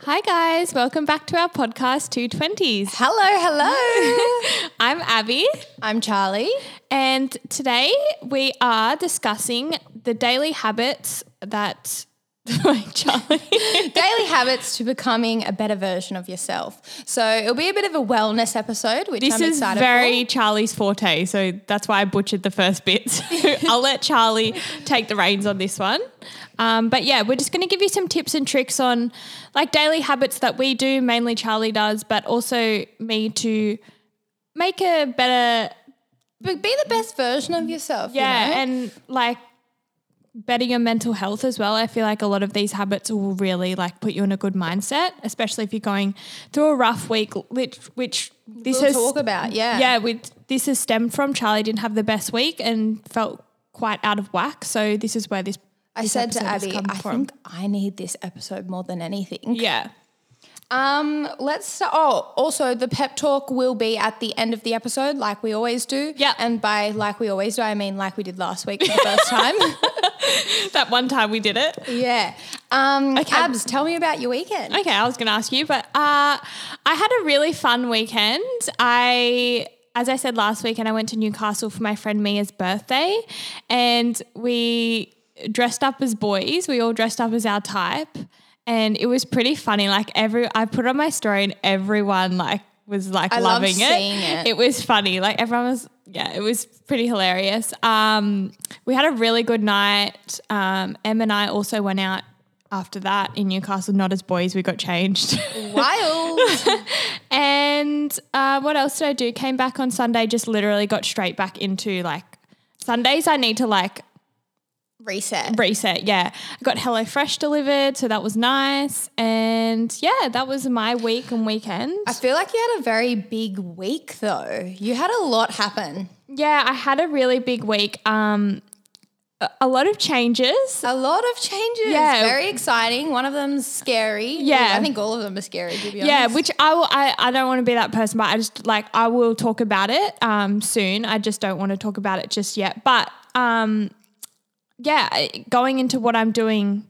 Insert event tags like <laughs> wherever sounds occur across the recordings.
Hi, guys. Welcome back to our podcast, 220s. Hello, hello. I'm Abby, I'm Charlie. and today we are discussing the daily habits that. <laughs> Wait, <laughs> Charlie. Daily habits to becoming a better version of yourself. So it'll be a bit of a wellness episode, which This I'm is excited very Charlie's forte, so that's why I butchered the first bit. <laughs> So I'll let Charlie take the reins on this one. Um, but yeah, we're just going to give you some tips and tricks on like daily habits that we do, mainly Charlie does, but also me to make a better, for. Be be the best version of yourself. you yeah, know? and like better your mental health as well. I feel like a lot of these habits will really like put you in a good mindset, especially if you're going through a rough week, which, which this we'll is talk about. Yeah. yeah, with this has stemmed from Charlie didn't have the best week and felt quite out of whack. So this is where this I said to episode has Abby, come I from. think I need this episode more than anything. yeah. <laughs> Um, let's start. Oh, also, the pep talk will be at the end of the episode, like we always do. Yeah. And by like we always do, I mean like we did last week for the <laughs> first time. That one time we did it. yeah. Um, Okay. Abs, tell me about your weekend. <laughs> Okay, I was going to ask you, but uh, I had a really fun weekend. I, as I said last weekend, I went to Newcastle for my friend Mia's birthday, and we dressed up as boys. We all dressed up as our type, and it was pretty funny. Like every, I put on my story, and everyone like was like I love loving seeing it. It was funny. Like everyone was, yeah, it was pretty hilarious. Um, we had a really good night. Um, Em and I also went out after that in Newcastle, not as boys, we got changed. <laughs> Wild. and uh, what else did I do? Came back on Sunday, just literally got straight back into like Sundays. I need to like Reset. reset. Yeah. I got HelloFresh delivered, so that was nice. And yeah, that was my week and weekend. I feel like you had a very big week though. You had a lot happen. Yeah, I had a really big week. Um, a- a lot of changes. A lot of changes. Yeah. Very exciting. One of them's scary. Yeah. I think all of them are scary to be honest. Yeah, which I will. I, I don't want to be that person, but I just like I will talk about it um soon. I just don't want to talk about it just yet. But um, yeah, I- going into what I'm doing,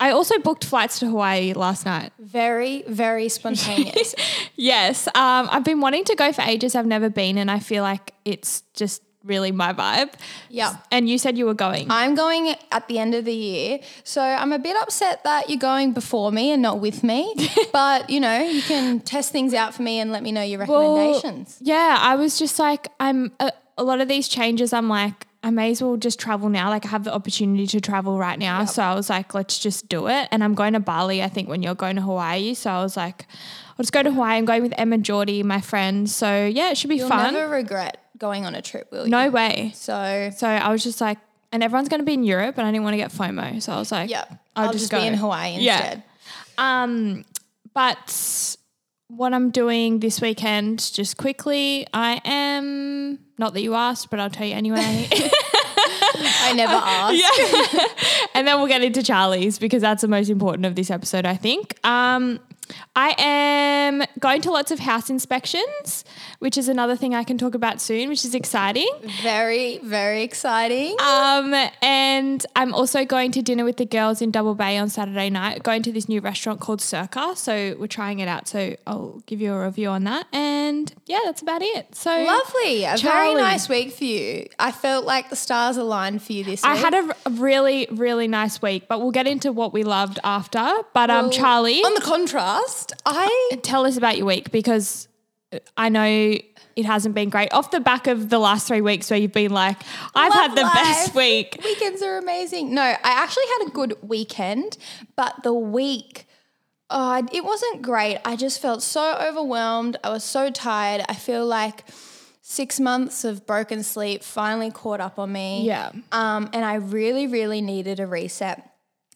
I also booked flights to Hawaii last night. Very, <laughs> very spontaneous. Yes, um, I've been wanting to go for ages. I've never been, and I feel like it's just really my vibe. Yeah. and you said you were going. I'm going at the end of the year. So I'm a bit upset that you're going before me and not <laughs> with me. but, you know, you can test things out for me and let me know your Well, recommendations. yeah, I was just like, I'm a, a lot of these changes. I'm like, I may as well just travel now. Like, I have the opportunity to travel right now. So I was like, let's just do it. And I'm going to Bali, I think, when you're going to Hawaii. So I was like, I'll just go to Hawaii. I'm going with Emma Geordie, my friend. So yeah, it should be You'll fun. never regret going on a trip, will you? no way. So, So I was just like, and everyone's going to be in Europe, and I didn't want to get FOMO. So I was like, yeah, I'll, I'll, just, just, go. be in Hawaii Yeah. instead. Um, but what I'm doing this weekend, just quickly, I am not that you asked, but I'll tell you <laughs> anyway. I <laughs> never asked. and then we'll get into Charlie's because that's the most important of this episode, I think. Um, I am going to lots of house inspections, which is another thing I can talk about soon, which is exciting. Very, very exciting. Um, and I'm also going to dinner with the girls in Double Bay on Saturday night, going to this new restaurant called Circa. So we're trying it out. So I'll give you a review on that. And yeah, that's about it. So Lovely. A Charlie. very nice week for you. I felt like the stars aligned for you this week. I had a r- a really, really nice week, but we'll get into what we loved after. But um, Well, Charlie, Uh, On the contrast, I tell us about your week because uh, I know it hasn't been great. Off the back of the last three weeks where you've been like, I've Love had the best life. <laughs> week. weekends are amazing. No, I actually had a good weekend, but the week, oh, I- it wasn't great. I just felt so overwhelmed. I was so tired. I feel like six months of broken sleep finally caught up on me. Yeah. Um, and I really, really needed a reset.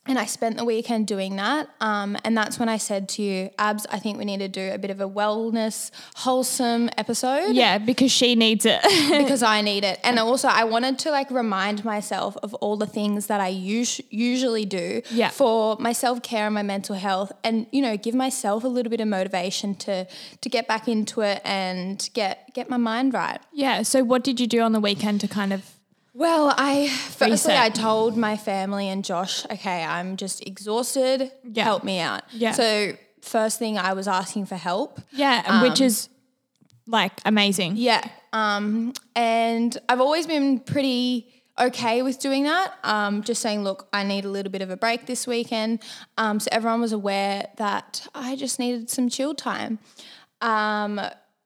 And I spent the weekend doing that. Um, and that's when I said to you, Abs, I think we need to do a bit of a wellness, wholesome episode Yeah, because she needs it. <laughs> because I need it. And also, I wanted to like remind myself of all the things that I us- usually do Yeah. for my self care and my mental health, and you know, give myself a little bit of motivation to to get back into it and get get my mind right. yeah. So, what did you do on the weekend to kind of Well, I firstly Reset. I told my family and Josh, okay, I'm just exhausted. Yeah. Help me out. Yeah. So first thing I was asking for help. Yeah, which is like amazing. Um, Yeah. Um, and I've always been pretty okay with doing that. Um, just saying, look, I need a little bit of a break this weekend. Um, so everyone was aware that I just needed some chill time. Um,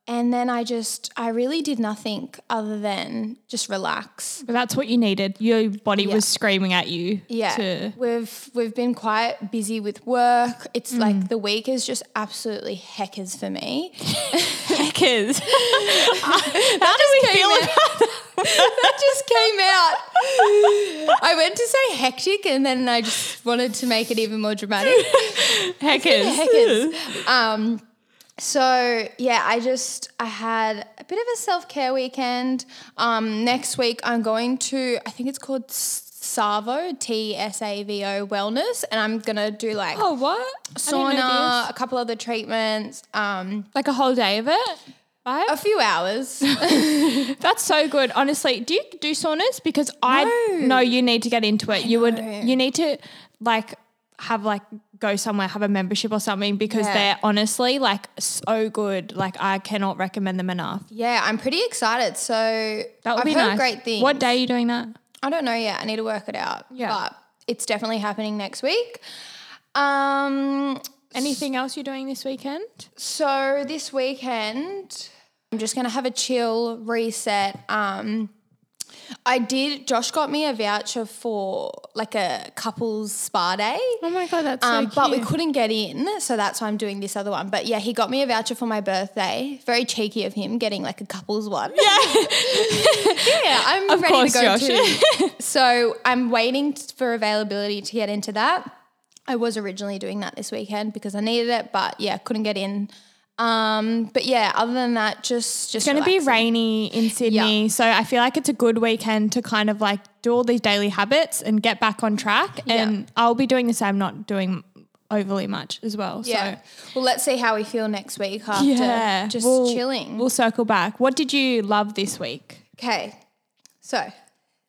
and then I just, I really did nothing other than just relax. But that's what you needed. Your body was screaming at you. Yeah. <laughs> To, We've we've been quite busy with work. It's like the week is just absolutely heckers for me. <laughs> Heckers. How do we feel about that? just came out. I went to say hectic and then I just wanted to make it even <laughs> more dramatic. Heckers. <laughs> Heckers. Um, so yeah, I just I had a bit of a self care weekend. Um, next week I'm going to I think it's called S- Savo T S A V O Wellness, and I'm gonna do like Oh, what? I didn't know sauna, this. a couple other treatments, um, Like a whole day of it? Right? a few hours. <laughs> That's so good. Honestly, do you do saunas? Because I No. know you need to get into it. You would know. you need to like have like go somewhere, have a membership or something because Yeah. they're honestly like so good. Like I cannot recommend them enough. yeah, I'm pretty excited. So That would I've be heard nice. great things. What day are you doing that? I don't know yet. I need to work it out. Yeah. But it's definitely happening next week. Um, Anything else you're doing this weekend? so this weekend, I'm just going to have a chill reset. Um, I did, Josh got me a voucher for like a couples spa day. Oh my god, that's Um, but we couldn't get in, so that's why I'm doing this other one. But yeah, he got me a voucher for my birthday. Very cheeky of him getting like a couples one. <laughs> yeah. Yeah, I'm Of ready course, to go Josh. too. <laughs> so I'm waiting t- for availability to get into that. I was originally doing that this weekend because I needed it, but yeah, couldn't get in. Um, but yeah, other than that, just just It's going to be relaxing. rainy in Sydney, so I feel like it's a good weekend to kind of like do all these daily habits and get back on track. And I'll be doing the same, not doing overly much as well. Yeah. So Well, let's see how we feel next week after yeah, just We'll- chilling. We'll circle back. What did you love this week? <laughs> okay. So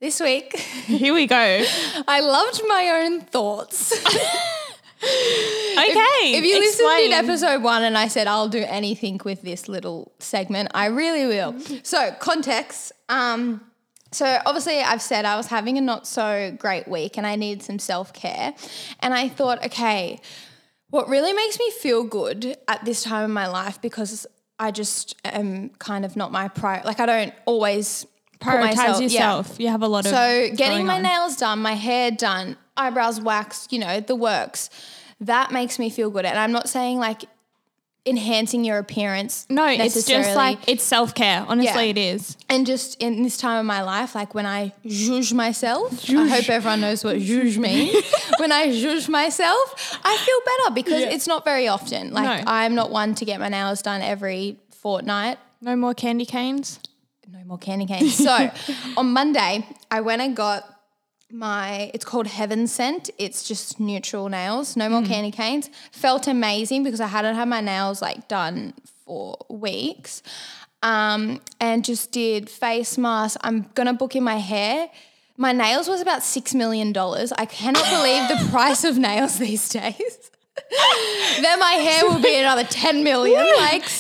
this week. Here we go. <laughs> I loved my own thoughts. Okay, If you listened explain. in episode one and I said I'll do anything with this little segment, I really will. So context. Um, so obviously I've said I was having a not so great week and I needed some self care, and I thought, okay, what really makes me feel good at this time in my life because I just am kind of not my prior. Like I don't always put prioritize myself- yeah. yourself. You have a lot of So going getting my on. nails done, my hair done, eyebrows waxed, you know, the works. That makes me feel good. And I'm not saying like enhancing your appearance. No, it's just necessarily. like it's self care. Honestly, Yeah. it is. and just in this time of my life, like when I zhuzh myself, I hope everyone knows what <laughs> zhuzh means. when I zhuzh myself, I feel better because Yeah. it's not very often. Like No. I'm not one to get my nails done every fortnight. No more candy canes. no more candy canes. So on Monday, I went and got my it's called Heaven Scent. It's just neutral nails, no more candy canes. Felt amazing because I hadn't had my nails like done for weeks. Um, and just did face mask. I'm gonna book in my hair. My nails was about six million dollars. I cannot believe the price of nails <laughs> these days. then my hair will be another ten million. Like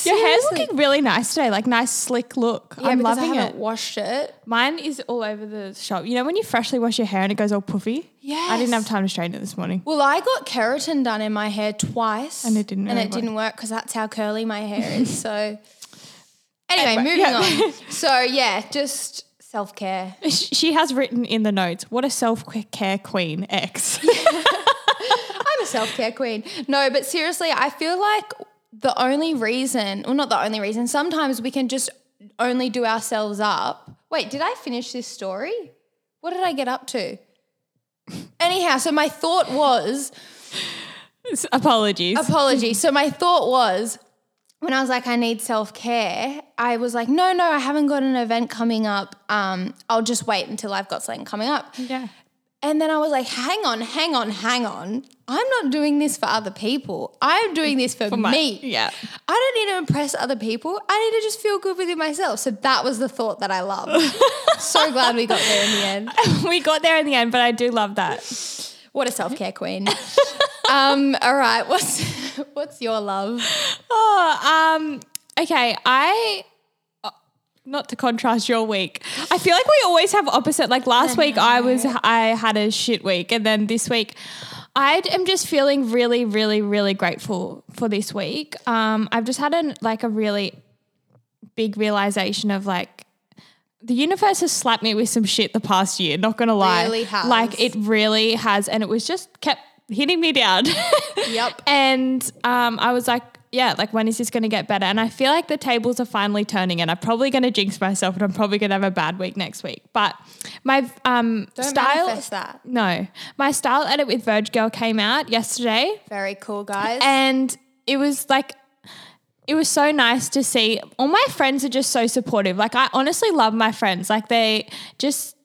Your hair's seriously. looking really nice today, like nice slick look. Yeah, I'm because loving I haven't it. washed it. Mine is all over the shop. You know when you freshly wash your hair and it goes all puffy? I didn't have Yes. time to straighten it this morning. Well, I got keratin done in my hair twice, And it didn't and really it didn't work because that's how curly my hair is. <laughs> So, anyway, Anyway, moving yeah. <laughs> on. So yeah, just self care. Sh- She has written in the notes, what a self care queen X. <laughs> I'm a self care queen. No, but seriously, I feel like the only reason, well, not the only reason. Sometimes we can just only do ourselves up. Wait, did I finish this story? What did I get up to? <laughs> Anyhow, so my thought was. Apologies. apology. So my thought was when I was like, I need self care, I was like, no, no, I haven't got an event coming up. Um, I'll just wait until I've got something coming up. yeah. And then I was like, hang on, hang on, hang on. I'm not doing this for other people. I'm doing this for, my- me. yeah. <laughs> I don't need to impress other people. I need to just feel good within myself. So that was the thought that <laughs> I loved. so glad we got there in the end. we got there in the end, but I do love that. What a self care queen. um, all right. What's <laughs> what's your love? Oh, um, okay. I uh, not to contrast your week. I feel like we always have opposite. Like last week, I was I had a shit week, and then this week, I am just feeling really, really, really grateful for this week. Um, I've just had an like a really big realization of like. The universe has slapped me with some shit the past year, not gonna lie. Really has. Like it really has, and it was just kept hitting me down. <laughs> Yep. And um, I was like, yeah, like when is this going to get better? And I feel like the tables are finally turning, and I'm probably going to jinx myself, and I'm probably going to have a bad week next week. But my um, Don't style, manifest that. no, my style edit with Verge Girl came out yesterday, Very cool, guys. and it was like. It was so nice to see. All my friends are just so supportive. Like I honestly love my friends. Like they just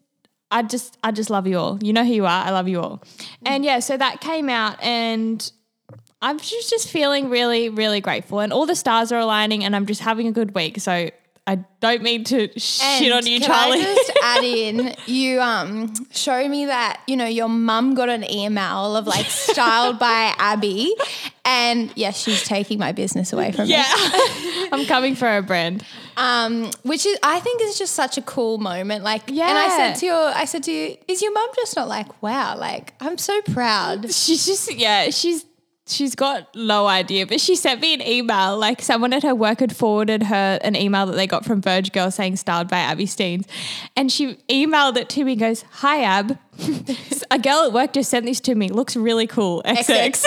I just I just love you all. You know who you are. I love you all. And yeah, so that came out and I'm just just feeling really really grateful and all the stars are aligning and I'm just having a good week. So I don't mean to shit And on you, can Charlie. I just add in, you um show me that you know your mum got an email of like styled by Abby, and yes, she's taking my business away <laughs> from yeah. <laughs> me. I'm coming for a brand. Um, which is I think is just such a cool moment. Like, and I Yeah. said to your, I said to you, is your mum just not like, wow, like I'm so proud. She's just yeah, she's she's got no idea, but she sent me an email. Like someone at her work had forwarded her an email that they got from Verge Girl saying styled by Abby Steens. And she emailed it to me and goes, Hi Ab. <laughs> a girl at work just sent this to me. Looks really cool. XX.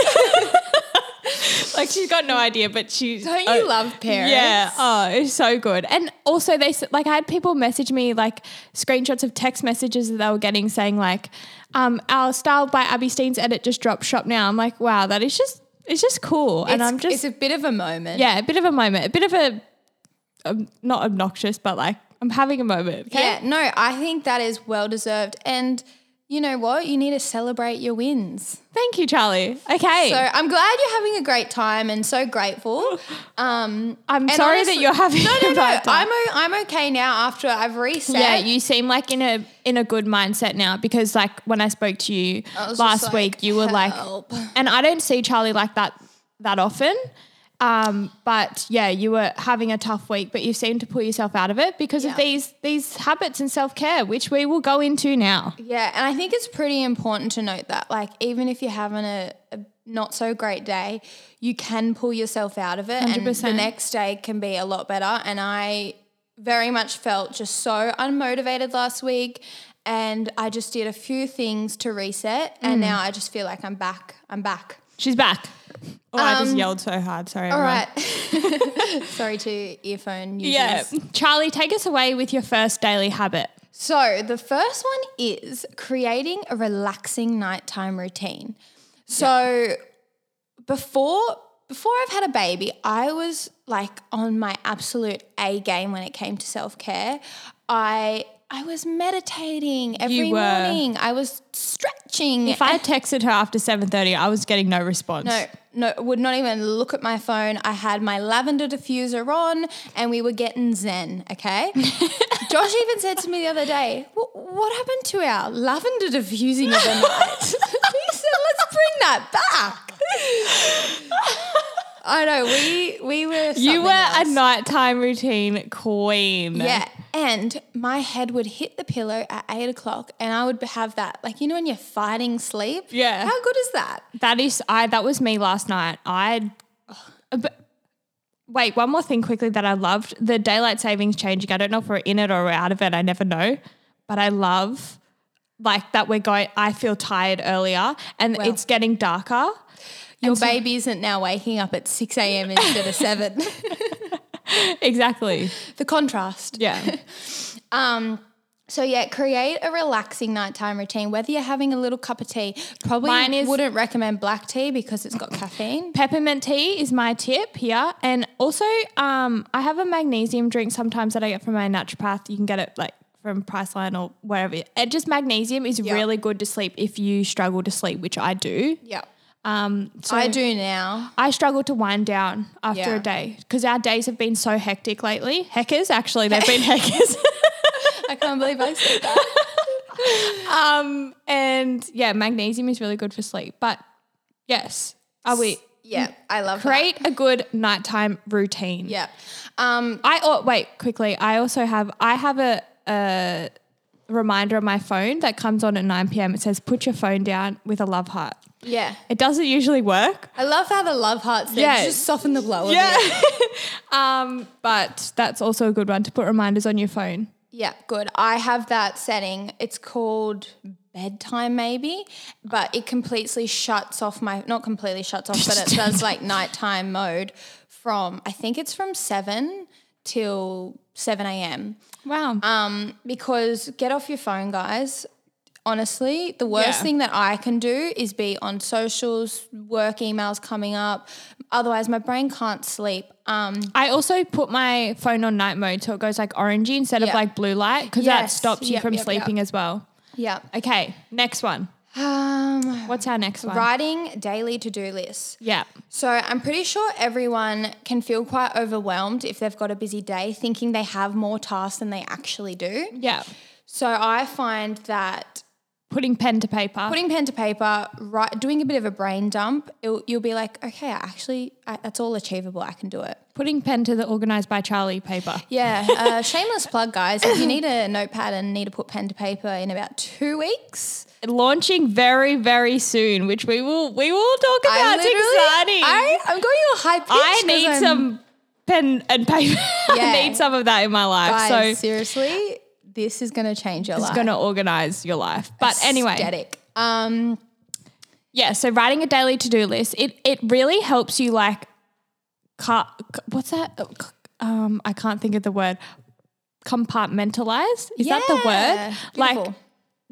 <laughs> like she's got no idea, but she Don't you love parents? Oh, Yeah. Oh, it's so good. And also they s- like I had people message me like screenshots of text messages that they were getting saying like um our style by Abby Steen's edit just dropped shop now. I'm like, wow, that is just it's just cool. and It's- I'm just it's a bit of a moment. yeah, a bit of a moment, a bit of a um, not obnoxious, but like I'm having a moment. Okay? Yeah, no, I think that is well deserved. And you know what? You need to celebrate your wins. Thank you, Charlie. Okay. So I'm glad you're having a great time and so grateful. Um, I'm and sorry honestly- that you're having No, <laughs> no, a no. bad time. I'm, o- I'm okay now after I've reset. Yeah, you seem like in a in a good mindset now because like when I spoke to you was last just like, week, you were "Help." like, and I don't see Charlie like that that often. Um, but yeah, you were having a tough week, but you seem to pull yourself out of it because Yeah. of these these habits and self care, which we will go into now. Yeah, and I think it's pretty important to note that, like, even if you're having a, a not so great day, you can pull yourself out of it, and the 100%. next day can be a lot better. And I very much felt just so unmotivated last week, and I just did a few things to reset, and Mm. now I just feel like I'm back. I'm back. She's back. Oh, I just yelled so hard. Sorry. Um, All right. <laughs> Sorry to earphone users. Yeah, Charlie, take us away with your first daily habit. So, the first one is creating a relaxing nighttime routine. So, before before I've had a baby, I was like on my absolute A game when it came to self-care. I I was meditating every You were. morning. I was stretching. If I <laughs> had texted her after seven thirty, I was getting no response. No, no, would not even look at my phone. I had my lavender diffuser on and we were getting zen, <laughs> okay? Josh even said to me the other day, "Wh- What happened to our lavender diffusing of the night? <laughs> he said, Let's bring that back. I know, we, we were. You something were else. a nighttime routine queen. Yeah, and my head would hit the pillow at eight o'clock, and I would have that, like you know, when you're fighting sleep. Yeah. how good is that? That is I that was me last night. I but- Wait, one more thing quickly that I loved. The daylight savings changing. I don't know if we're in it or we're out of it. I never know. But I love like that we're going I feel tired earlier and it's getting <laughs> darker. Your baby isn't now waking up at 6 a.m. instead of 7. Exactly. <laughs> the contrast. Yeah. Um, so, yeah, create a relaxing nighttime routine. Whether you're having a little cup of tea, probably Mine is- wouldn't recommend black tea because it's got caffeine. Peppermint tea is my tip here. And also, um, I have a magnesium drink sometimes that I get from my naturopath. You can get it like from Priceline or wherever. And just magnesium is really good to sleep if you struggle to sleep, which I do. Yeah. Um, so I I, do now. struggle to wind down after Yeah. a day because our days have been so hectic lately. Heckers, actually, they've been heckers. I can't believe I said that. Um, and yeah, magnesium is really good for sleep. But Yes. Are we? <laughs> Yeah, I love that. Create a good nighttime routine. Yeah. Um, I oh wait quickly. I also have I have a, a reminder on my phone that comes on at 9 p.m. It says put your phone down with a love heart. yeah. It doesn't usually work. I love how the love hearts there Yeah. just soften the blow. Yeah. Yeah. um, but that's also a good one to put reminders on your phone. Yeah, good. I have that setting. It's called bedtime maybe, but it completely shuts off my not completely shuts off, but it does like nighttime mode from I think it's from 7 till 7 a.m. Wow. Um, because get off your phone, guys. Honestly, the worst Yeah. thing that I can do is be on socials, work emails coming up. Otherwise, my brain can't sleep. Um, I also put my phone on night mode so it goes like orangey instead Yeah. of like blue light because that Yes. stops you Yep, from yep, yep. sleeping as well. yeah. Okay, next one. Um, What's our next one? writing daily to do lists. Yeah. So I'm pretty sure everyone can feel quite overwhelmed if they've got a busy day, thinking they have more tasks than they actually do. Yeah. So I find that Putting pen to paper. putting pen to paper, right, doing a bit of a brain dump, it'll, you'll be like, okay, I actually, I, that's all achievable. I can do it. putting pen to the organized by Charlie paper. Yeah, <laughs> uh, shameless plug, guys. If you need a notepad and need to put pen to paper in about two weeks, Launching very, very soon, which we will we will talk about. It's literally- exciting. I, I, I'm going to a high pitch. 'cause need I'm- some pen and paper. <laughs> Yeah. I need some of that in my life. Guys, so seriously, this is going to change your life. it's gonna organize your life. But anyway. Aesthetic. Um, Yeah, so writing a daily to-do list, it it really helps you like car, what's that Uh, c- um I can't think of the word compartmentalize. Is that the yeah, word? Like beautiful.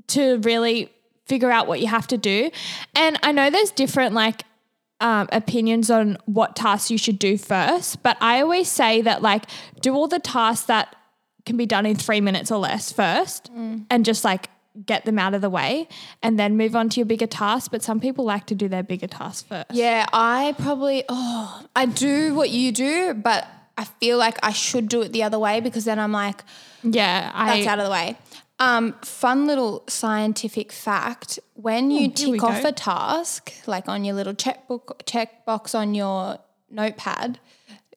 to really figure out what you have to do. And I know there's different like um, opinions on what tasks you should do first, but I always say that like do all the tasks that can be done in three minutes or less first and just like get them out of the way and then move on to your bigger tasks. But some people like to do their bigger tasks first. yeah, I probably. Oh, I do what you do, but I feel like I should do it the other way because then I'm like, Yeah, I that's out of the way. Um, fun little scientific fact: when you Oh, here we tick off go. a task, like on your little checkbook checkbox on your notepad,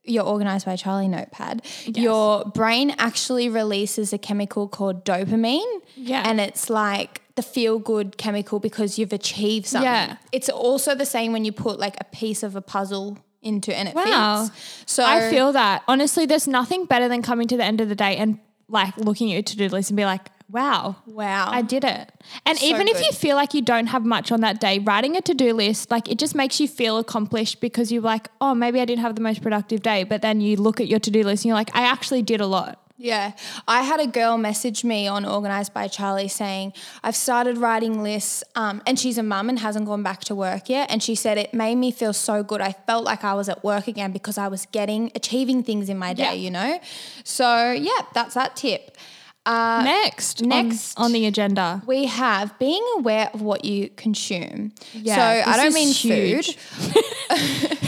your organized by Charlie notepad, your brain actually releases a chemical called dopamine. Yeah. and it's like the feel good chemical because you've achieved something. Yeah. It's also the same when you put like a piece of a puzzle into and it Wow. fits. So I feel that. Honestly, there's nothing better than coming to the end of the day and like looking at your to-do list and be like, wow. wow. I did it. And even if good. you feel like you don't have much on that day, writing a to do list, like it just makes you feel accomplished because you're like, oh, maybe I didn't have the most productive day. But then you look at your to do list and you're like, I actually did a lot. Yeah. I had a girl message me on Organised by Charlie saying, I've started writing lists, um, and she's a mum and hasn't gone back to work yet. And she said, It made me feel so good. I felt like I was at work again because I was getting, achieving things in my day, Yeah. you know? So, yeah, that's that tip. Uh, next, on- next. on, the agenda. we have being aware of what you consume. Yeah, so I this don't is mean huge. food. <laughs>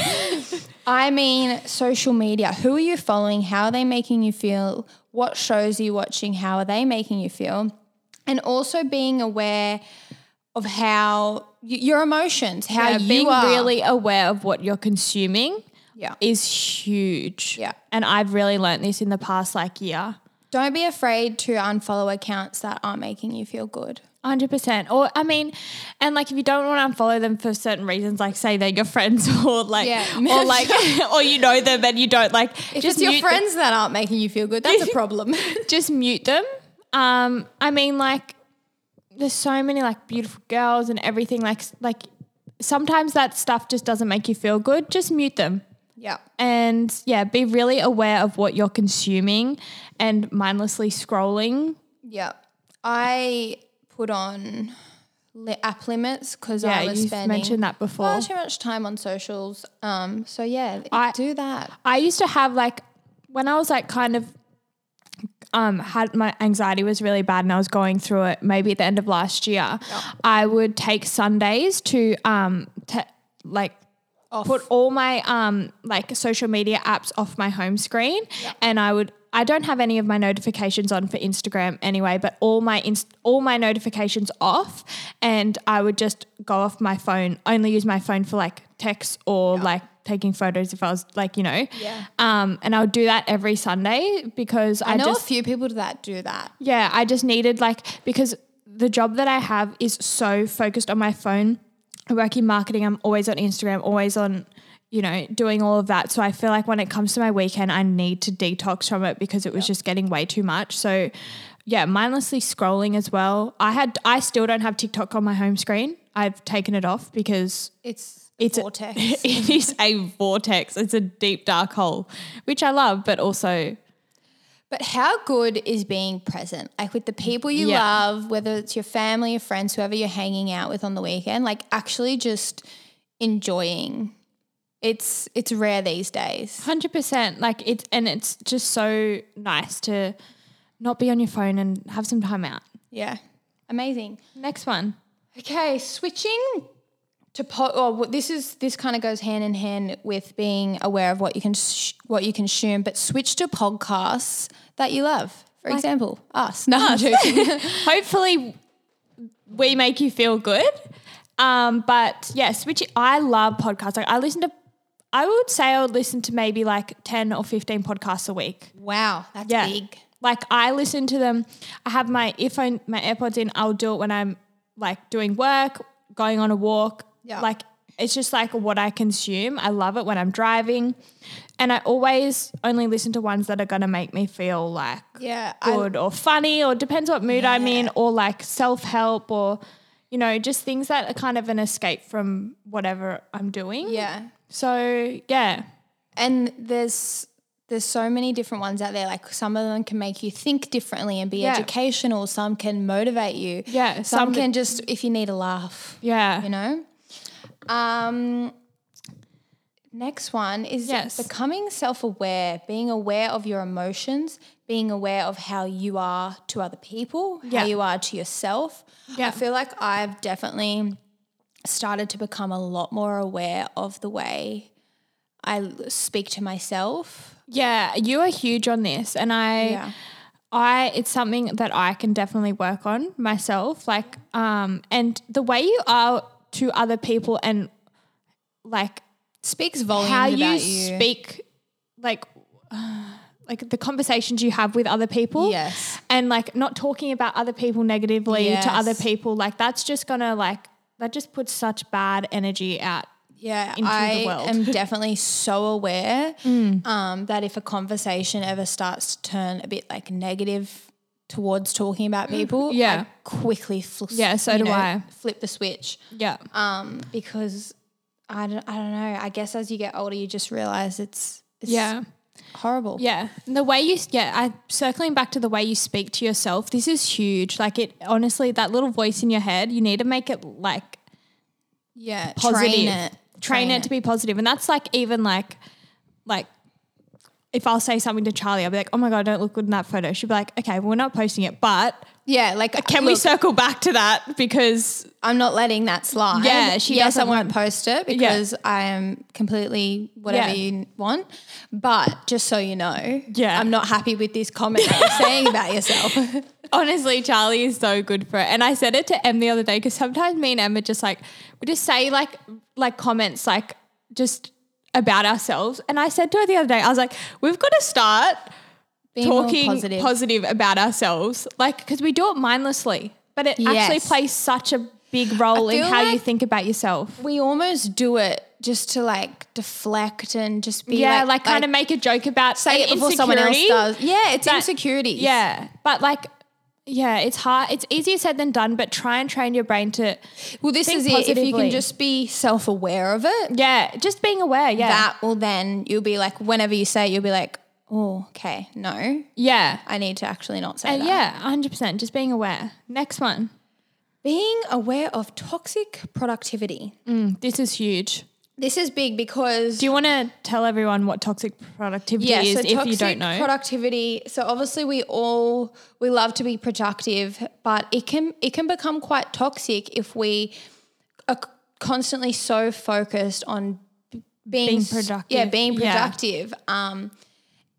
I mean social media. Who are you following? How are they making you feel? What shows are you watching? How are they making you feel? And also being aware of how y- your emotions, how Yeah, you Uh, being are. really aware of what you're consuming yeah. is huge. Yeah. And I've really learned this in the past like year. Don't be afraid to unfollow accounts that aren't making you feel good. Hundred percent, or I mean, and like if you don't want to unfollow them for certain reasons, like say they're your friends, <laughs> or like, Yeah. or <laughs> like, <laughs> or you know them and you don't like, If it's your mute them. friends that aren't making you feel good, <laughs> that's a problem. just mute them. Um, I mean, like, there's so many like beautiful girls and everything. Like, like sometimes that stuff just doesn't make you feel good. Just mute them, yeah. and yeah, be really aware of what you're consuming and mindlessly scrolling. Yeah. I put on li- app limits because Yeah, I was you've spending mentioned that before. far too much time on socials. Um, so yeah, I- do that. I used to have like when I was like kind of um had my anxiety was really bad and I was going through it maybe at the end of last year. I would take Sundays to um te- like put all my um like social media apps off my home screen, and I would. I don't have any of my notifications on for Instagram anyway, but all my inst- all my notifications off, and I would just go off my phone. Only use my phone for like texts or like taking photos if I was like you know. Yeah. Um, and I would do that every Sunday because I, I know just a few people that do that. yeah, I just needed like because the job that I have is so focused on my phone. I work in marketing. I'm always on Instagram, always on, you know, doing all of that. So I feel like when it comes to my weekend, I need to detox from it because it was just getting way too much. So yeah, mindlessly scrolling as well. I had I still don't have TikTok on my home screen. I've taken it off because It's It's it's a- vortex. <laughs> it is a vortex. It's a deep dark hole, which I love, but also But how good is being present? Like with the people you Yeah. love, whether it's your family, your friends, whoever you're hanging out with on the weekend, like actually just enjoying. It's it's rare these days. Hundred percent. Like it's and it's just so nice to not be on your phone and have some time out. Yeah. Amazing. Next one. Okay, switching to po- oh, well, this is this kind of goes hand in hand with being aware of what you can sh- what you consume, but switch to podcasts that you love. For example, us. No, I'm joking. <laughs> Hopefully, we make you feel good. Um, but yeah, switch. I love podcasts. Like I listen to. I would say I would listen to maybe like ten or fifteen podcasts a week. wow, that's Yeah. big. Like I listen to them. I have my earphone, my AirPods in. I'll do it when I'm like doing work, going on a walk. Yeah. Like it's just like what I consume. I love it when I'm driving, and I always only listen to ones that are gonna make me feel like Yeah, I- good or funny or depends what mood I'm in or like self help or you know just things that are kind of an escape from whatever I'm doing. yeah. So yeah. and there's there's so many different ones out there like some of them can make you think differently and be Yeah. educational some can motivate you Yeah, some, some- can just if you need a laugh Yeah. you know um next one is Yes. becoming self-aware being aware of your emotions being aware of how you are to other people Yeah. how you are to yourself Yeah. i feel like i've definitely started to become a lot more aware of the way I l- speak to myself. Yeah, you are huge on this, and I, Yeah. I, it's something that I can definitely work on myself. Like, um, and the way you are to other people, and like Speaks volumes how you, about you. speak, like, <sighs> like the conversations you have with other people. Yes. and like not talking about other people negatively to other Yes. people, like that's just gonna like that just puts such bad energy out. Yeah, the I world. <laughs> Mm. am definitely so aware um, that if a conversation ever starts to turn a bit like negative towards talking about people, Mm. Yeah. I quickly fl- Yeah, so you do know, I. flip the switch Yeah, um, because I don't, I don't know. I guess as you get older, you just realize it's, it's yeah. horrible. Yeah. And the way you, yeah, I circling back to the way you speak to yourself, this is huge. Like it, honestly, that little voice in your head, you need to make it like yeah. positive. Train it. Train it to be positive. And that's like even like, like, if I'll say something to Charlie, I'll be like, oh my God, I don't look good in that photo. She'll be like, okay, we're not posting it, but Yeah, like can we look, circle back to that? Because I'm not letting that slide. Yeah, she yes, I doesn't won't post it because I am completely whatever Yeah. you want. But just so you know, Yeah. I'm not happy with this comment that you're saying <laughs> about yourself. Honestly, Charlie is so good for it. And I said it to Em the other day because sometimes me and Em are just like, we just say like, like comments like just about ourselves. And I said to her the other day, I was like, we've got to start Being more talking positive. positive. about ourselves. Like, because we do it mindlessly, but it actually Yes. plays such a big role in feel how you like- think about yourself. we almost do it just to like deflect and just be Yeah, like, like, kind of make a joke about say it before someone else insecurity. does. Yeah, it's That- insecurities. Yeah, but like, yeah, it's hard. It's easier said than done. But try and train your brain to. Well, this Think is it. If you positively. can just be self-aware of it, Yeah, just being aware. Yeah, that will then you'll be like, whenever you say it, you'll be like, oh, okay, no, yeah, I need to actually not say and that. yeah, hundred percent. Just being aware. Next one. Being aware of toxic productivity. This is huge. This is big because Do you want to tell everyone what toxic productivity yeah, is so if toxic you don't know? productivity. So obviously we all we love to be productive, but it can it can become quite toxic if we are c- constantly so focused on being, Being s- Yeah, productive. being Yeah. productive. Um,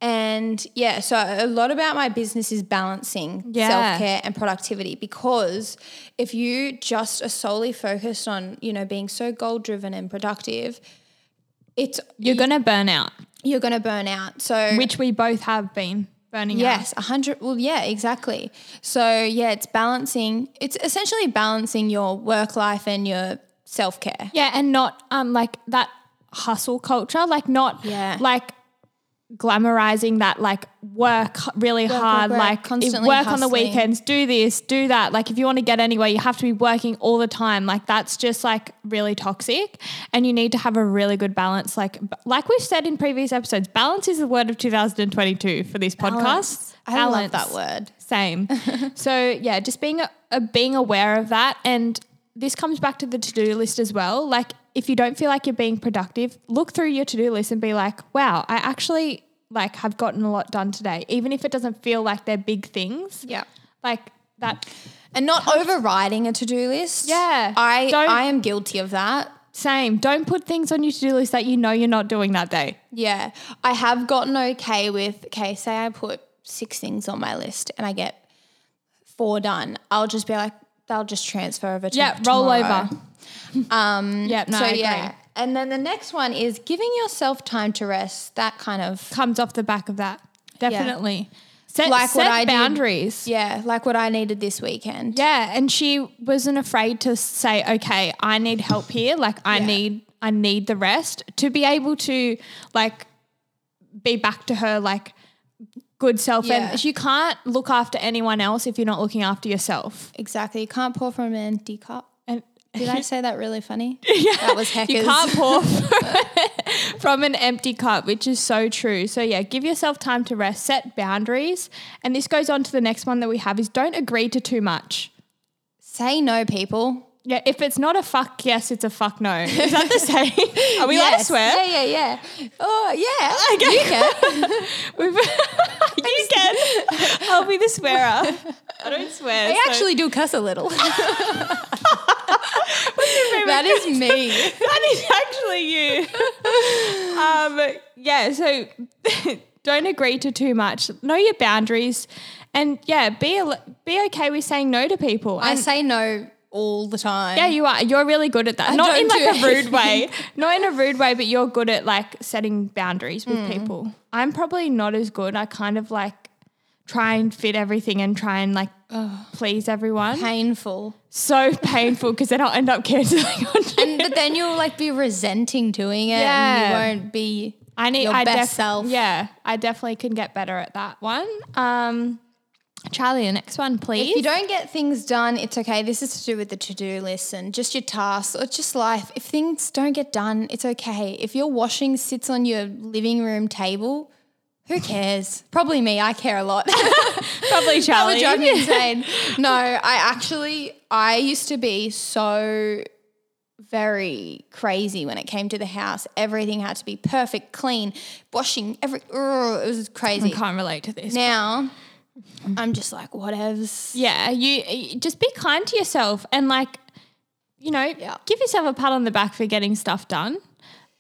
and yeah, so a lot about my business is balancing Yeah. self care and productivity because if you just are solely focused on you know being so goal driven and productive, it's You're going to burn out, you're going to burn out. So which we both have been burning out. Yes, a hundred. Well, yeah, exactly. So yeah, it's balancing. It's essentially balancing your work life and your self care. Yeah, and not um like that hustle culture, like not Yeah. like glamorizing that like work h- really hard, work, like if- constantly work on the hustling. weekends, do this, do that. Like if you want to get anywhere, you have to be working all the time. Like that's just like really toxic, and you need to have a really good balance. Like b- like we've said in previous episodes, balance is the word of 2022 for this podcast. I Balance. love that word. <laughs> Same. so yeah, just being a, a, being aware of that, and this comes back to the to do list as well. Like if you don't feel like you're being productive, look through your to do list and be like, wow, I actually like have gotten a lot done today, even if it doesn't feel like they're big things. Yeah, Like that. and not overriding a to do list. Yeah. I Don't- I am guilty of that. Same. Don't put things on your to do list that you know you're not doing that day. Yeah, I have gotten okay with okay. Say I put six things on my list and I get four done. I'll just be like, they'll just transfer over to Yeah. Roll tomorrow. over. <laughs> Um. Yeah. No. so I agree. yeah, and then the next one is giving yourself time to rest. That kind of Comes off the back of that. Definitely. Set, Like what set I did. boundaries. Yeah, like what I needed this weekend. Yeah, and she wasn't afraid to say, "Okay, I need help here. Like I Yeah. need I need the rest to be able to like be back to her like good self Yeah. and you can't look after anyone else if you're not looking after yourself. Exactly. You can't pour from an empty cup. And Did <laughs> I say that really funny? yeah. That was heckers. you can't <laughs> pour from an empty cup, which is so true. So yeah, give yourself time to rest, set boundaries, and this goes on to the next one that we have is don't agree to too much. Say no, people. Yeah, if it's not a fuck yes, it's a fuck no. Is that the <laughs> same? Are we allowed to Yes. swear? Yeah, yeah, yeah. Oh, <laughs> yeah. You can. We've- you <laughs> can. I'll be the swearer. I don't swear. I so- <laughs> actually do cuss a little. that <laughs> is me. that is actually you. <laughs> um, yeah, so <laughs> don't agree to too much. Know your boundaries, and yeah, be al- be okay with saying no to people. I And- say no all the time. Yeah, you are. You're really good at that. Not in don't like a do rude way. Not in a rude way, but you're good at like setting boundaries with Hmm. people. I'm probably not as good. I kind of like try and fit everything and try and like please everyone. Painful. So painful because then I'll end up canceling <laughs> on you. And but then you'll like be resenting doing it Yeah. and you won't be I need your I best self. Yeah, I definitely can get better at that one. Um, Charlie, the next one, please. If you don't get things done, it's okay. This is to do with the to do list and just your tasks or just life. If things don't get done, it's okay. If your washing sits on your living room table, who cares? Probably me. I care a <laughs> lot. <laughs> probably that Charlie. would drive <laughs> me insane. No, I actually, I used to be so very crazy when it came to the house. Everything had to be perfect, clean, washing, every, ugh, it was crazy. Can't relate to this. Now, I'm just like, whatevs. Yeah, you you- just be kind to yourself and like, you know, give yourself a pat on the back for getting stuff done.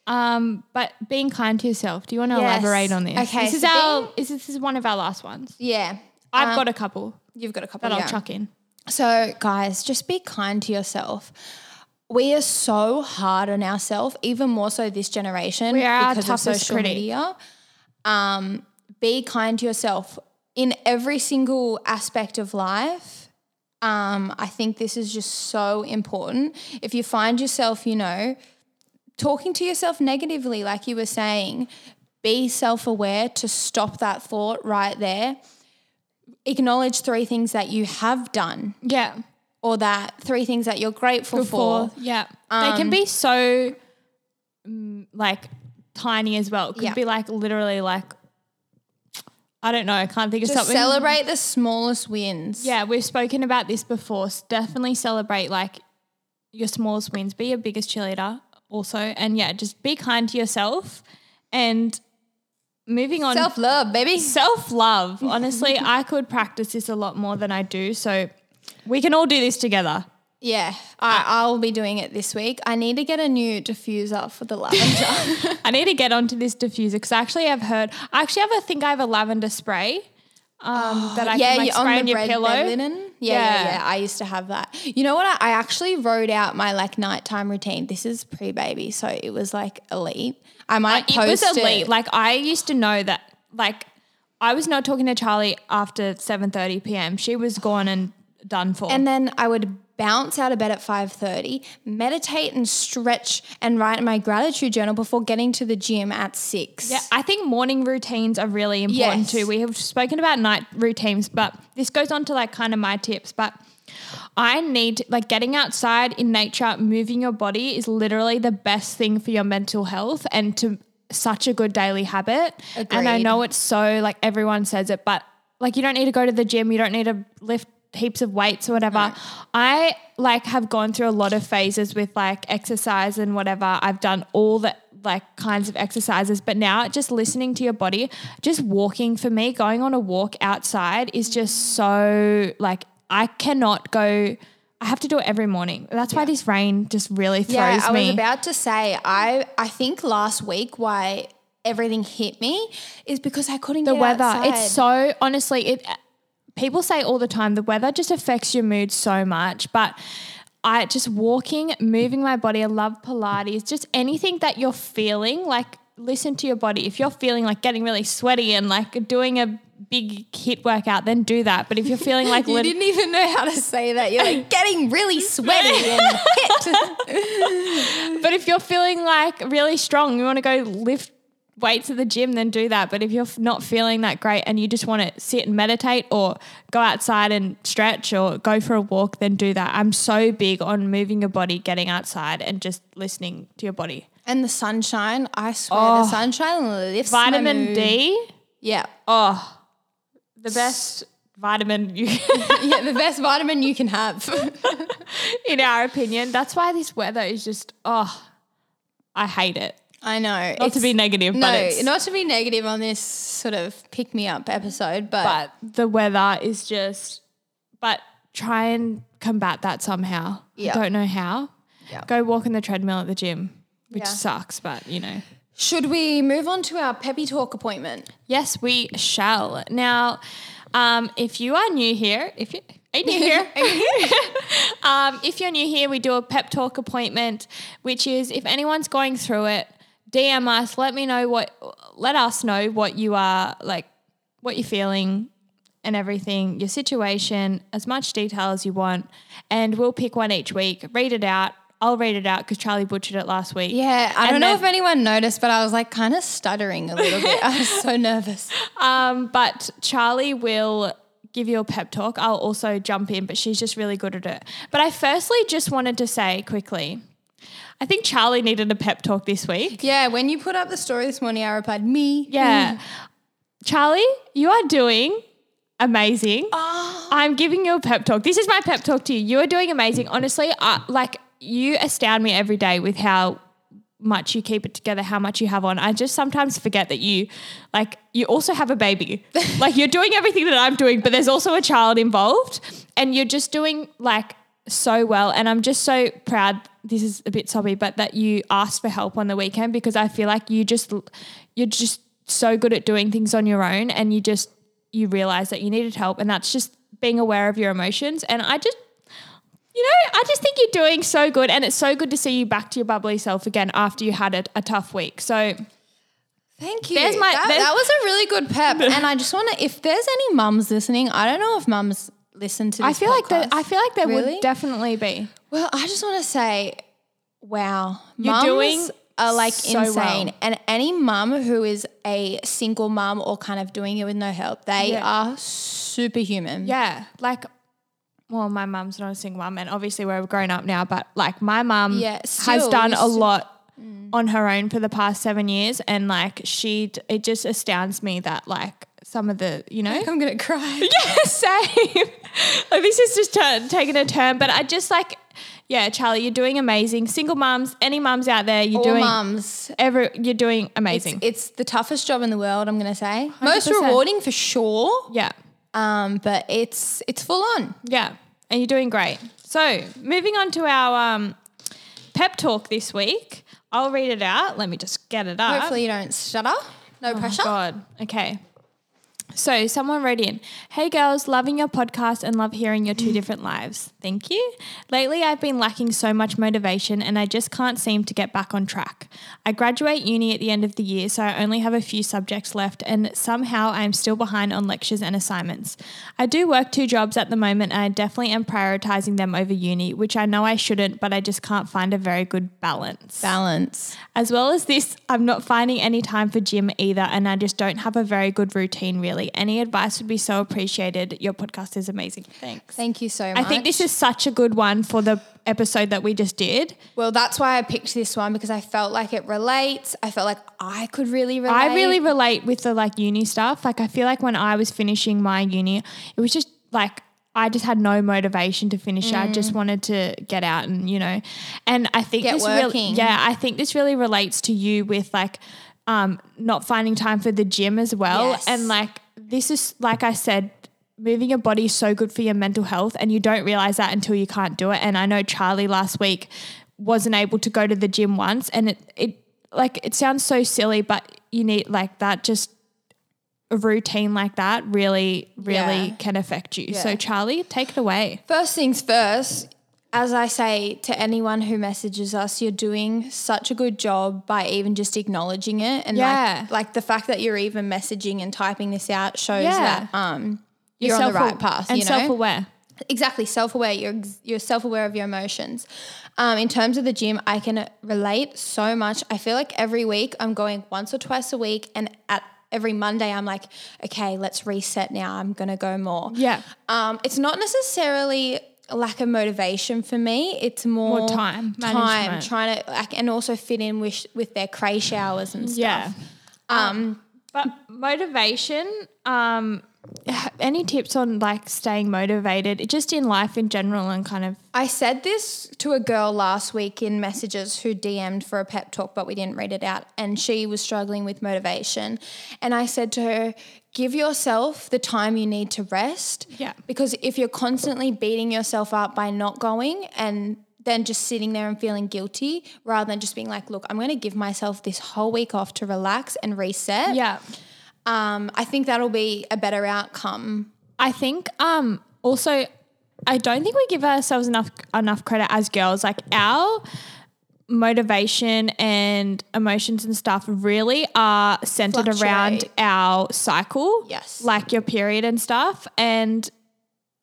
Um, but being kind to yourself. Do you want to Yes. elaborate on this? Okay, this is so our is this is one of our last ones. Yeah. I've got a couple You've got a couple that yeah. I'll chuck in. So, guys, just be kind to yourself. We are so hard on ourselves, even more so this generation We are our because of toughest social critic. media. Um, be kind to yourself in every single aspect of life. Um, I think this is just so important. If you find yourself, you know, talking to yourself negatively, like you were saying, be self aware to stop that thought right there. Acknowledge three things that you have done Yeah. or that three things that you're grateful Four. for. um, Yeah. they can be so mm, like tiny as well. It could Yeah. be like literally like I don't know, I can't think of Just something. celebrate the smallest wins. Yeah, we've spoken about this before. S- Definitely celebrate like your smallest wins. Be your biggest cheerleader also. And yeah, just be kind to yourself and moving on Self love, baby. self love. <laughs> Honestly, I could practice this a lot more than I do. So we can all do this together. Yeah, I, I'll be doing it this week. I need to get a new <laughs> diffuser for the lavender. I need to get onto this diffuser because actually I've heard. I actually have a think I have a lavender spray <gasps> um, that I yeah, can like, you're spray on on, the your red pillow. bed linen. Yeah, yeah, Yeah. yeah. I used to have that. You know what? I, I actually wrote out my like nighttime routine. This is pre baby, so it was like elite. I might It was post elite. it. Like I used to know that. Like I was not talking to Charlie after seven thirty p.m. She was gone and done for. and then I would bounce out of bed at 5:30, meditate and stretch and write my gratitude journal before getting to the gym at 6. Yeah, I think morning routines are really important Yes. too. We have spoken about night routines, but this goes on to like kind of my tips. But I need like getting outside in nature, moving your body is literally the best thing for your mental health and to such a good daily habit. And I Agreed. know it's so like everyone says it, but like you don't need to go to the gym, you don't need to lift heaps of weights or whatever. I like have gone through a lot of phases with like exercise and whatever. I've done all the like kinds of exercises, but now just listening to your body, just walking for me, going on a walk outside is just so like I cannot go I have to do it every morning. That's why this rain just really throws Yeah, I me. was about to say I I think last week why everything hit me is because I couldn't the get weather outside. it's so honestly it people say all the time the weather just affects your mood so much but i just walking moving my body i love pilates just anything that you're feeling like listen to your body if you're feeling like getting really sweaty and like doing a big hit workout then do that but if you're feeling like <laughs> you lit- didn't even know how to say that. You're like getting <laughs> really sweaty and hit. but if you're feeling like really strong you want to go lift weights at the gym then do that but if you're f- not feeling that great and you just want to sit and meditate or go outside and stretch or go for a walk then do that i'm so big on moving your body getting outside and just listening to your body And the sunshine, I swear, Oh. the sunshine lifts my vitamin mood. d Yeah, oh the best vitamin you <laughs> yeah, the best vitamin you can have. <laughs> in our opinion that's why this weather is just oh i hate it I know. not to be negative no, but it's not to be negative on this sort of pick me up episode, but, but the weather is just but try and combat that somehow Yeah. i don't know how Yeah. go walk on the treadmill at the gym which Yeah. sucks but you know should we move on to our peppy talk appointment? yes we shall now um, if you are new here if you are you new here <laughs> Um, if you're new here, we do a pep talk appointment, which is if anyone's going through it, DM us. Let me know what. Let us know what you are like, what you're feeling, and everything. Your situation, as much detail as you want, and we'll pick one each week. Read it out. I'll read it out because Charlie butchered it last week. Yeah, I And don't know then- if anyone noticed, but I was like kind of stuttering a little bit. I was <laughs> so nervous. Um, but Charlie will give you a pep talk. I'll also jump in, but she's just really good at it. But I firstly just wanted to say quickly, I think Charlie needed a pep talk this week. Yeah, when you put up the story this morning, I replied, "Me." Yeah. Charlie, you are doing amazing. I'm giving you a pep talk. This is my pep talk to you. You are doing amazing. Honestly, I, like you astound me every day with how much you keep it together, how much you have on. I just sometimes forget that you, like, you also have a baby. like, you're doing everything that I'm doing, but there's also a child involved, and you're just doing like so well. And I'm just so proud. This is a bit sobby, but that you asked for help on the weekend because I feel like you just, you're just so good at doing things on your own, and you just you realize that you needed help, and that's just being aware of your emotions. And I just you know, I just think you're doing so good, and it's so good to see you back to your bubbly self again after you had a, a tough week. So, Thank you. There's my- that, there's- that was a really <laughs> good pep. and I just want to, if there's any mums listening, I don't know if mums listen to this I feel like there, podcast. I feel like there Really? would definitely be. well, I just want to say, wow, You're mums doing are like so well. insane. And any mum who is a single mum or kind of doing it with no help, they Yeah. are superhuman. Yeah, like, well, my mum's not a single mum, and obviously we're grown up now, but like my mum Yeah, has still, Mm. done you a still- lot on her own for the past seven years, and like she, d- it just astounds me that like some of the, you know, I'm gonna cry. <laughs> same. like this is just turn taking a turn, but I just like, yeah, Charlie, you're doing amazing. Single moms, any moms out there, you're All doing mums. every, you're doing amazing. It's the toughest job in the world. I'm gonna say most 100%. rewarding for sure. yeah, Um, but it's it's full on. yeah, and you're doing great. So, moving on to our um, pep talk this week. I'll read it out. Let me just get it up. Hopefully you don't stutter. No pressure. Oh God. Okay. So someone wrote in, Hey girls, loving your podcast and love hearing your two different lives. Thank you. Lately, I've been lacking so much motivation and I just can't seem to get back on track. I graduate uni at the end of the year, so I only have a few subjects left, and somehow I'm still behind on lectures and assignments. I do work two jobs at the moment, and I definitely am prioritizing them over uni, which I know I shouldn't, but I just can't find a very good balance. Balance. As well as this, I'm not finding any time for gym either, and I just don't have a very good routine really. Any advice would be so appreciated. Your podcast is amazing. Thanks. Thank you so much. I think this is such a good one for the episode that we just did. Well, that's why I picked this one because I felt like it relates. I felt like I could really relate. I really relate with the like uni stuff. Like, I feel like when I was finishing my uni, it was just like I just had no motivation to finish. it. I just wanted to get out and you know, and I think Mm. Get this really- working. yeah, I think this really relates to you with like um, not finding time for the gym as well, Yes. and like this is like I said. Moving your body is so good for your mental health, and you don't realize that until you can't do it. And I know Charlie last week wasn't able to go to the gym once, and it, it like it sounds so silly, but you need like that just a routine like that really, really Yeah. can affect you. So, Yeah. Charlie, take it away. First things first, as I say to anyone who messages us, you're doing such a good job by even just acknowledging it. And Yeah. like, like the fact that you're even messaging and typing this out shows Yeah. that um, you're on the right path. and you know? self-aware. exactly self-aware you're ex- you're self-aware of your emotions um, in terms of the gym i can relate so much i feel like every week i'm going once or twice a week and at every monday i'm like okay let's reset now i'm gonna go more Yeah. um, it's not necessarily a lack of motivation for me it's more, More time time management. trying to like and also fit in with with their cray showers and stuff Yeah. Um, but motivation. Um, <sighs> h- any tips on like staying motivated, just in life in general, and kind of I said this to a girl last week in messages who DM'd for a pep talk, but we didn't read it out. And she was struggling with motivation. And I said to her, give yourself the time you need to rest. Yeah. Because if you're constantly beating yourself up by not going and then just sitting there and feeling guilty rather than just being like, look, I'm going to give myself this whole week off to relax and reset. yeah. Um, I think that'll be a better <laughs> outcome. I think um also I don't think we give ourselves enough enough credit as girls. Like our motivation and emotions and stuff really are centered around Fluctuate. our cycle. Yes. Like your period and stuff and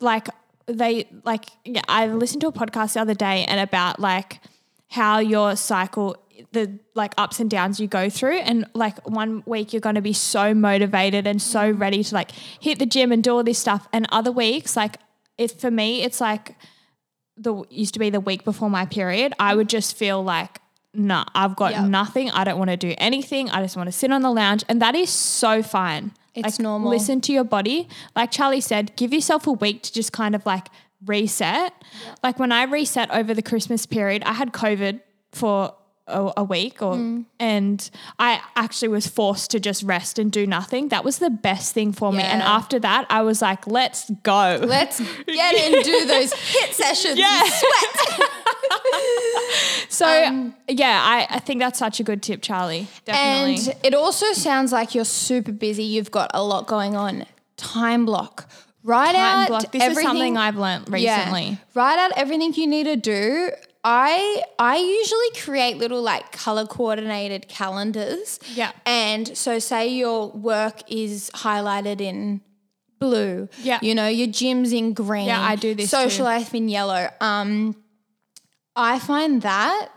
like they like yeah, I listened to a podcast the other day and about like how your cycle the like ups and downs you go through and like one week you're going to be so motivated and so ready to like hit the gym and do all this stuff and other weeks like it for me it's like the used to be the week before my period I would just feel like nah I've got Yep. nothing I don't want to do anything I just want to sit on the lounge and that is so fine It's like, normal. Listen to your body. Like Charlie said, give yourself a week to just kind of like reset. Like when I reset over the Christmas period, I had COVID for a, a week or Mm. and I actually was forced to just rest and do nothing. That was the best thing for me. And Yeah. after that, I was like, let's go. Let's get in, do those hit sessions. yeah. so yeah, I, I think that's such a good tip, Charlie. Definitely. And it also sounds like you're super busy. You've got a lot going on. Time block. Write Time out block. This is everything. something I've learnt recently. Yeah. Write out everything you need to do. I I usually create little like color coordinated calendars. Yeah. And so say your work is highlighted in blue. Yeah. You know, your gym's in green. Yeah, I do this too. Social life in yellow. Um I find that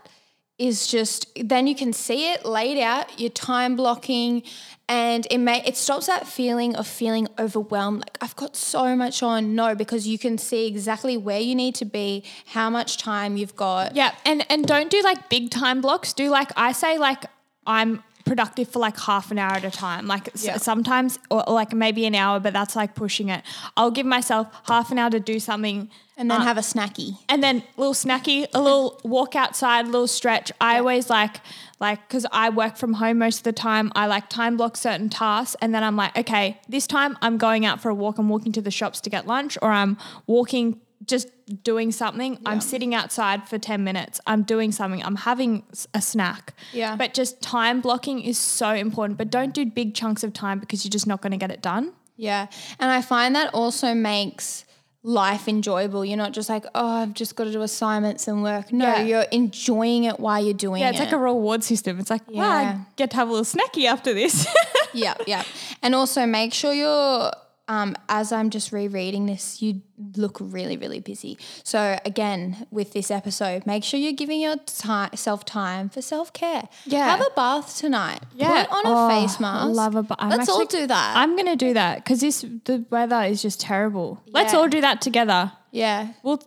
is just then you can see it laid out your time blocking and it may it stops that feeling of feeling overwhelmed like i've got so much on no because you can see exactly where you need to be how much time you've got Yeah, and and don't do like big time blocks. Do like I say, like I'm productive for like half an hour at a time. Like s- Yeah. sometimes, or, or, like maybe an hour, but that's like pushing it. I'll give myself half an hour to do something, and then have a snacky and then a little snacky, a little walk outside, a little stretch. I always like like because I work from home most of the time. I like time block certain tasks, and then I'm like, okay, this time I'm going out for a walk. I'm walking to the shops to get lunch, or I'm walking just doing something. I'm sitting outside for 10 minutes. I'm doing something. I'm having s- a snack. Yeah. But just time blocking is so important. But don't do big chunks of time because you're just not going to get it done. Yeah. And I find that also makes life enjoyable. You're not just like, oh, I've just got to do assignments and work. No, Yeah. you're enjoying it while you're doing Yeah, it. it's like a reward system. It's like, wow, Yeah. I get to have a little snacky after this. <laughs> yeah, yeah. And also make sure you're um, as I'm just rereading this, you look really, really busy. So again, with this episode, make sure you're giving yourself time for self care. Yeah. have a bath tonight. Yeah. put on Oh, a face mask. I love a ba- I'm Let's all actually- do that. I'm going to do that because this the weather is just terrible. Let's Yeah. all do that together. yeah, We'll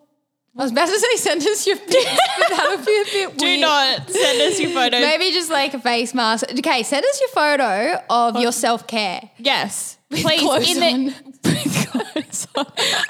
I was about to say sentence <laughs> your pics, but that would be a bit do weird. not <laughs> send us your photos. Maybe just like a face mask. Okay, send us your photo of your self care. <laughs> Yes, please. clothes in the, <laughs> with clothes on,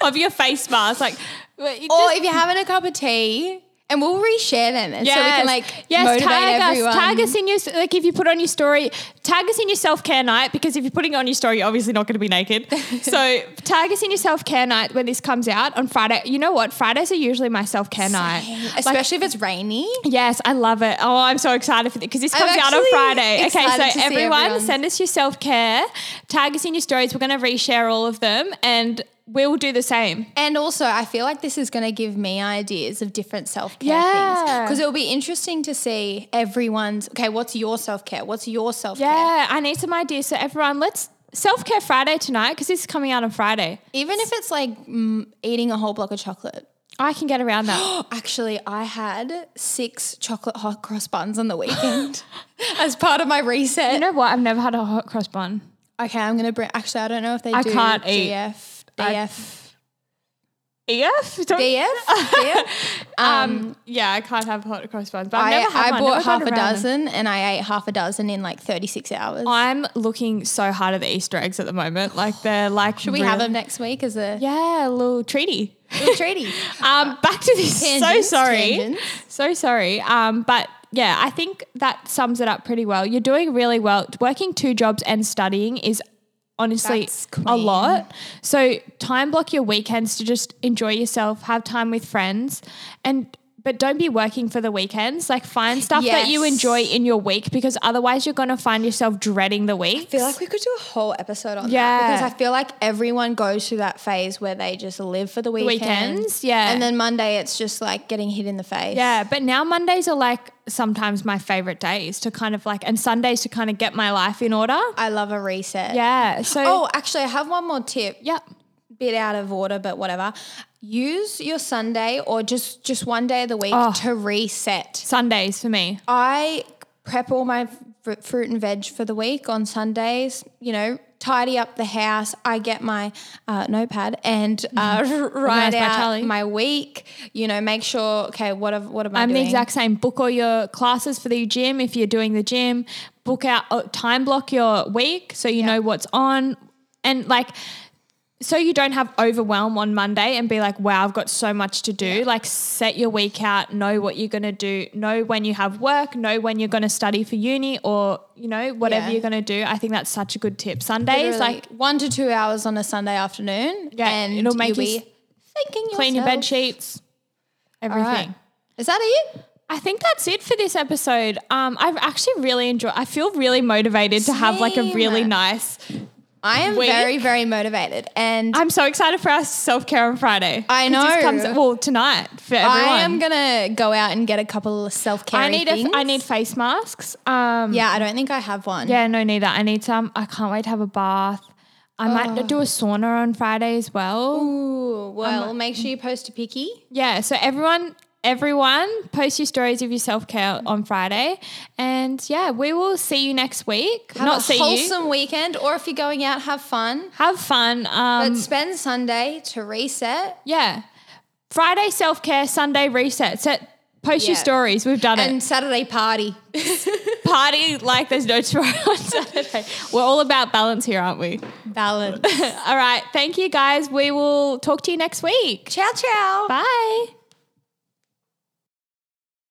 of your face mask, like wait, you Or just- if you're having a cup of tea, and we'll reshare them, and so we can like motivate tag everyone. us, tag us in your like if you put on your story, tag us in your self care night because if you're putting it on your story, you're obviously not going to be <laughs> naked. so tag us in your self care night when this comes out on Friday. You know what? Fridays are usually my self care night. Like, especially if it's rainy. Yes, I love it. Oh, I'm so excited for this because this I'm comes out on actually Friday. Okay, excited to so see everyone, everyone. send us your self care, tag us in your stories. We're going to reshare all of them, and we'll do the same. And also, I feel like this is going to give me ideas of different self care Yeah. things because it'll be interesting to see everyone's. Okay, what's your self care? What's your self care? Yeah, I need some ideas. So everyone, let's self care Friday tonight because this is coming out on Friday. Even if it's like mm, eating a whole block of chocolate. I can get around <gasps> that. Actually, I had six chocolate hot cross buns on the <laughs> weekend as part of my reset. you know what? I've never had a hot cross bun. okay, I'm gonna bring. Actually, I don't know if they I do can't eat. GF, I- DF, EF? Don't- <laughs> DF. Um, yeah, I can't have hot cross buns. But I've I, never had I one. bought Never got half a around them. dozen and I ate half a dozen in like 36 hours. I'm looking so hard at the Easter eggs at the moment. Like they're like. Should we have them next week as a Yeah, a little treaty. <laughs> little treaty? Um, back to this. Tangents, so sorry. tangents. So sorry. Um, but yeah, I think that sums it up pretty well. You're doing really well. Working two jobs and studying is honestly That's a queen. lot. So time block your weekends to just enjoy yourself, have time with friends, and but don't be working for the weekends. Like find stuff that you Yes. enjoy in your week because otherwise you're gonna find yourself dreading the week. I feel like we could do a whole episode on that Yeah. because I feel like everyone goes through that phase where they just live for the weekend. weekends, yeah. And then Monday, it's just like getting hit in the face. Yeah, but now Mondays are like sometimes my favorite days to kind of like, and Sundays to kind of get my life in order. I love a reset. Yeah. <laughs> So, Oh, actually, I have one more tip. yeah. Bit out of order, but whatever. Use your Sunday or just just one day of the week Oh. to reset. Sundays for me. I prep all my fr- fruit and veg for the week on Sundays. You know, tidy up the house. I get my uh, notepad and <laughs> uh, Organise write by out tally. my week. You know, make sure. Okay, what have, what am I I'm the doing? exact same. Book all your classes for the gym if you're doing the gym. Book out, uh, time block your week so you know what's on. And like, so you don't have overwhelm on Monday and be like, wow, I've got so much to do. Like, set your week out, know what you're going to do, know when you have work, know when you're going to study for uni or, you know, whatever Yeah. you're going to do. I think that's such a good tip. Sundays, Literally like, one to two hours on a Sunday afternoon. Yeah, and it'll make you'll you be thinking clean your yourself. bed sheets, All everything. right. Is that it? I think that's it for this episode. Um, I've actually really enjoyed. I feel really motivated to have like a Same. really nice. I am Week. very, very motivated, and I'm so excited for our self care on Friday. I 'Cause This know. comes well tonight for everyone. I am gonna go out and get a couple of self care. I need a, I need face masks. Um, Yeah, I don't think I have one. yeah, no, neither. I need some. I can't wait to have a bath. I might do a sauna on Friday as well. Oh. Ooh, Um, well, make sure you post a picky. Yeah. So everyone, everyone, post your stories of your self care on Friday, and yeah, we will see you next week. Have Not a see you. wholesome weekend, or if you're going out, have fun. Have fun. Um, but spend Sunday to reset Yeah. Friday self care, Sunday reset. Set post your Yeah. stories. We've done and Saturday <laughs> party. it. Party like there's no tomorrow on Saturday. We're all about balance here, aren't <laughs> we? Balance. all right. Thank you guys. We will talk to you next week. ciao, ciao. Bye.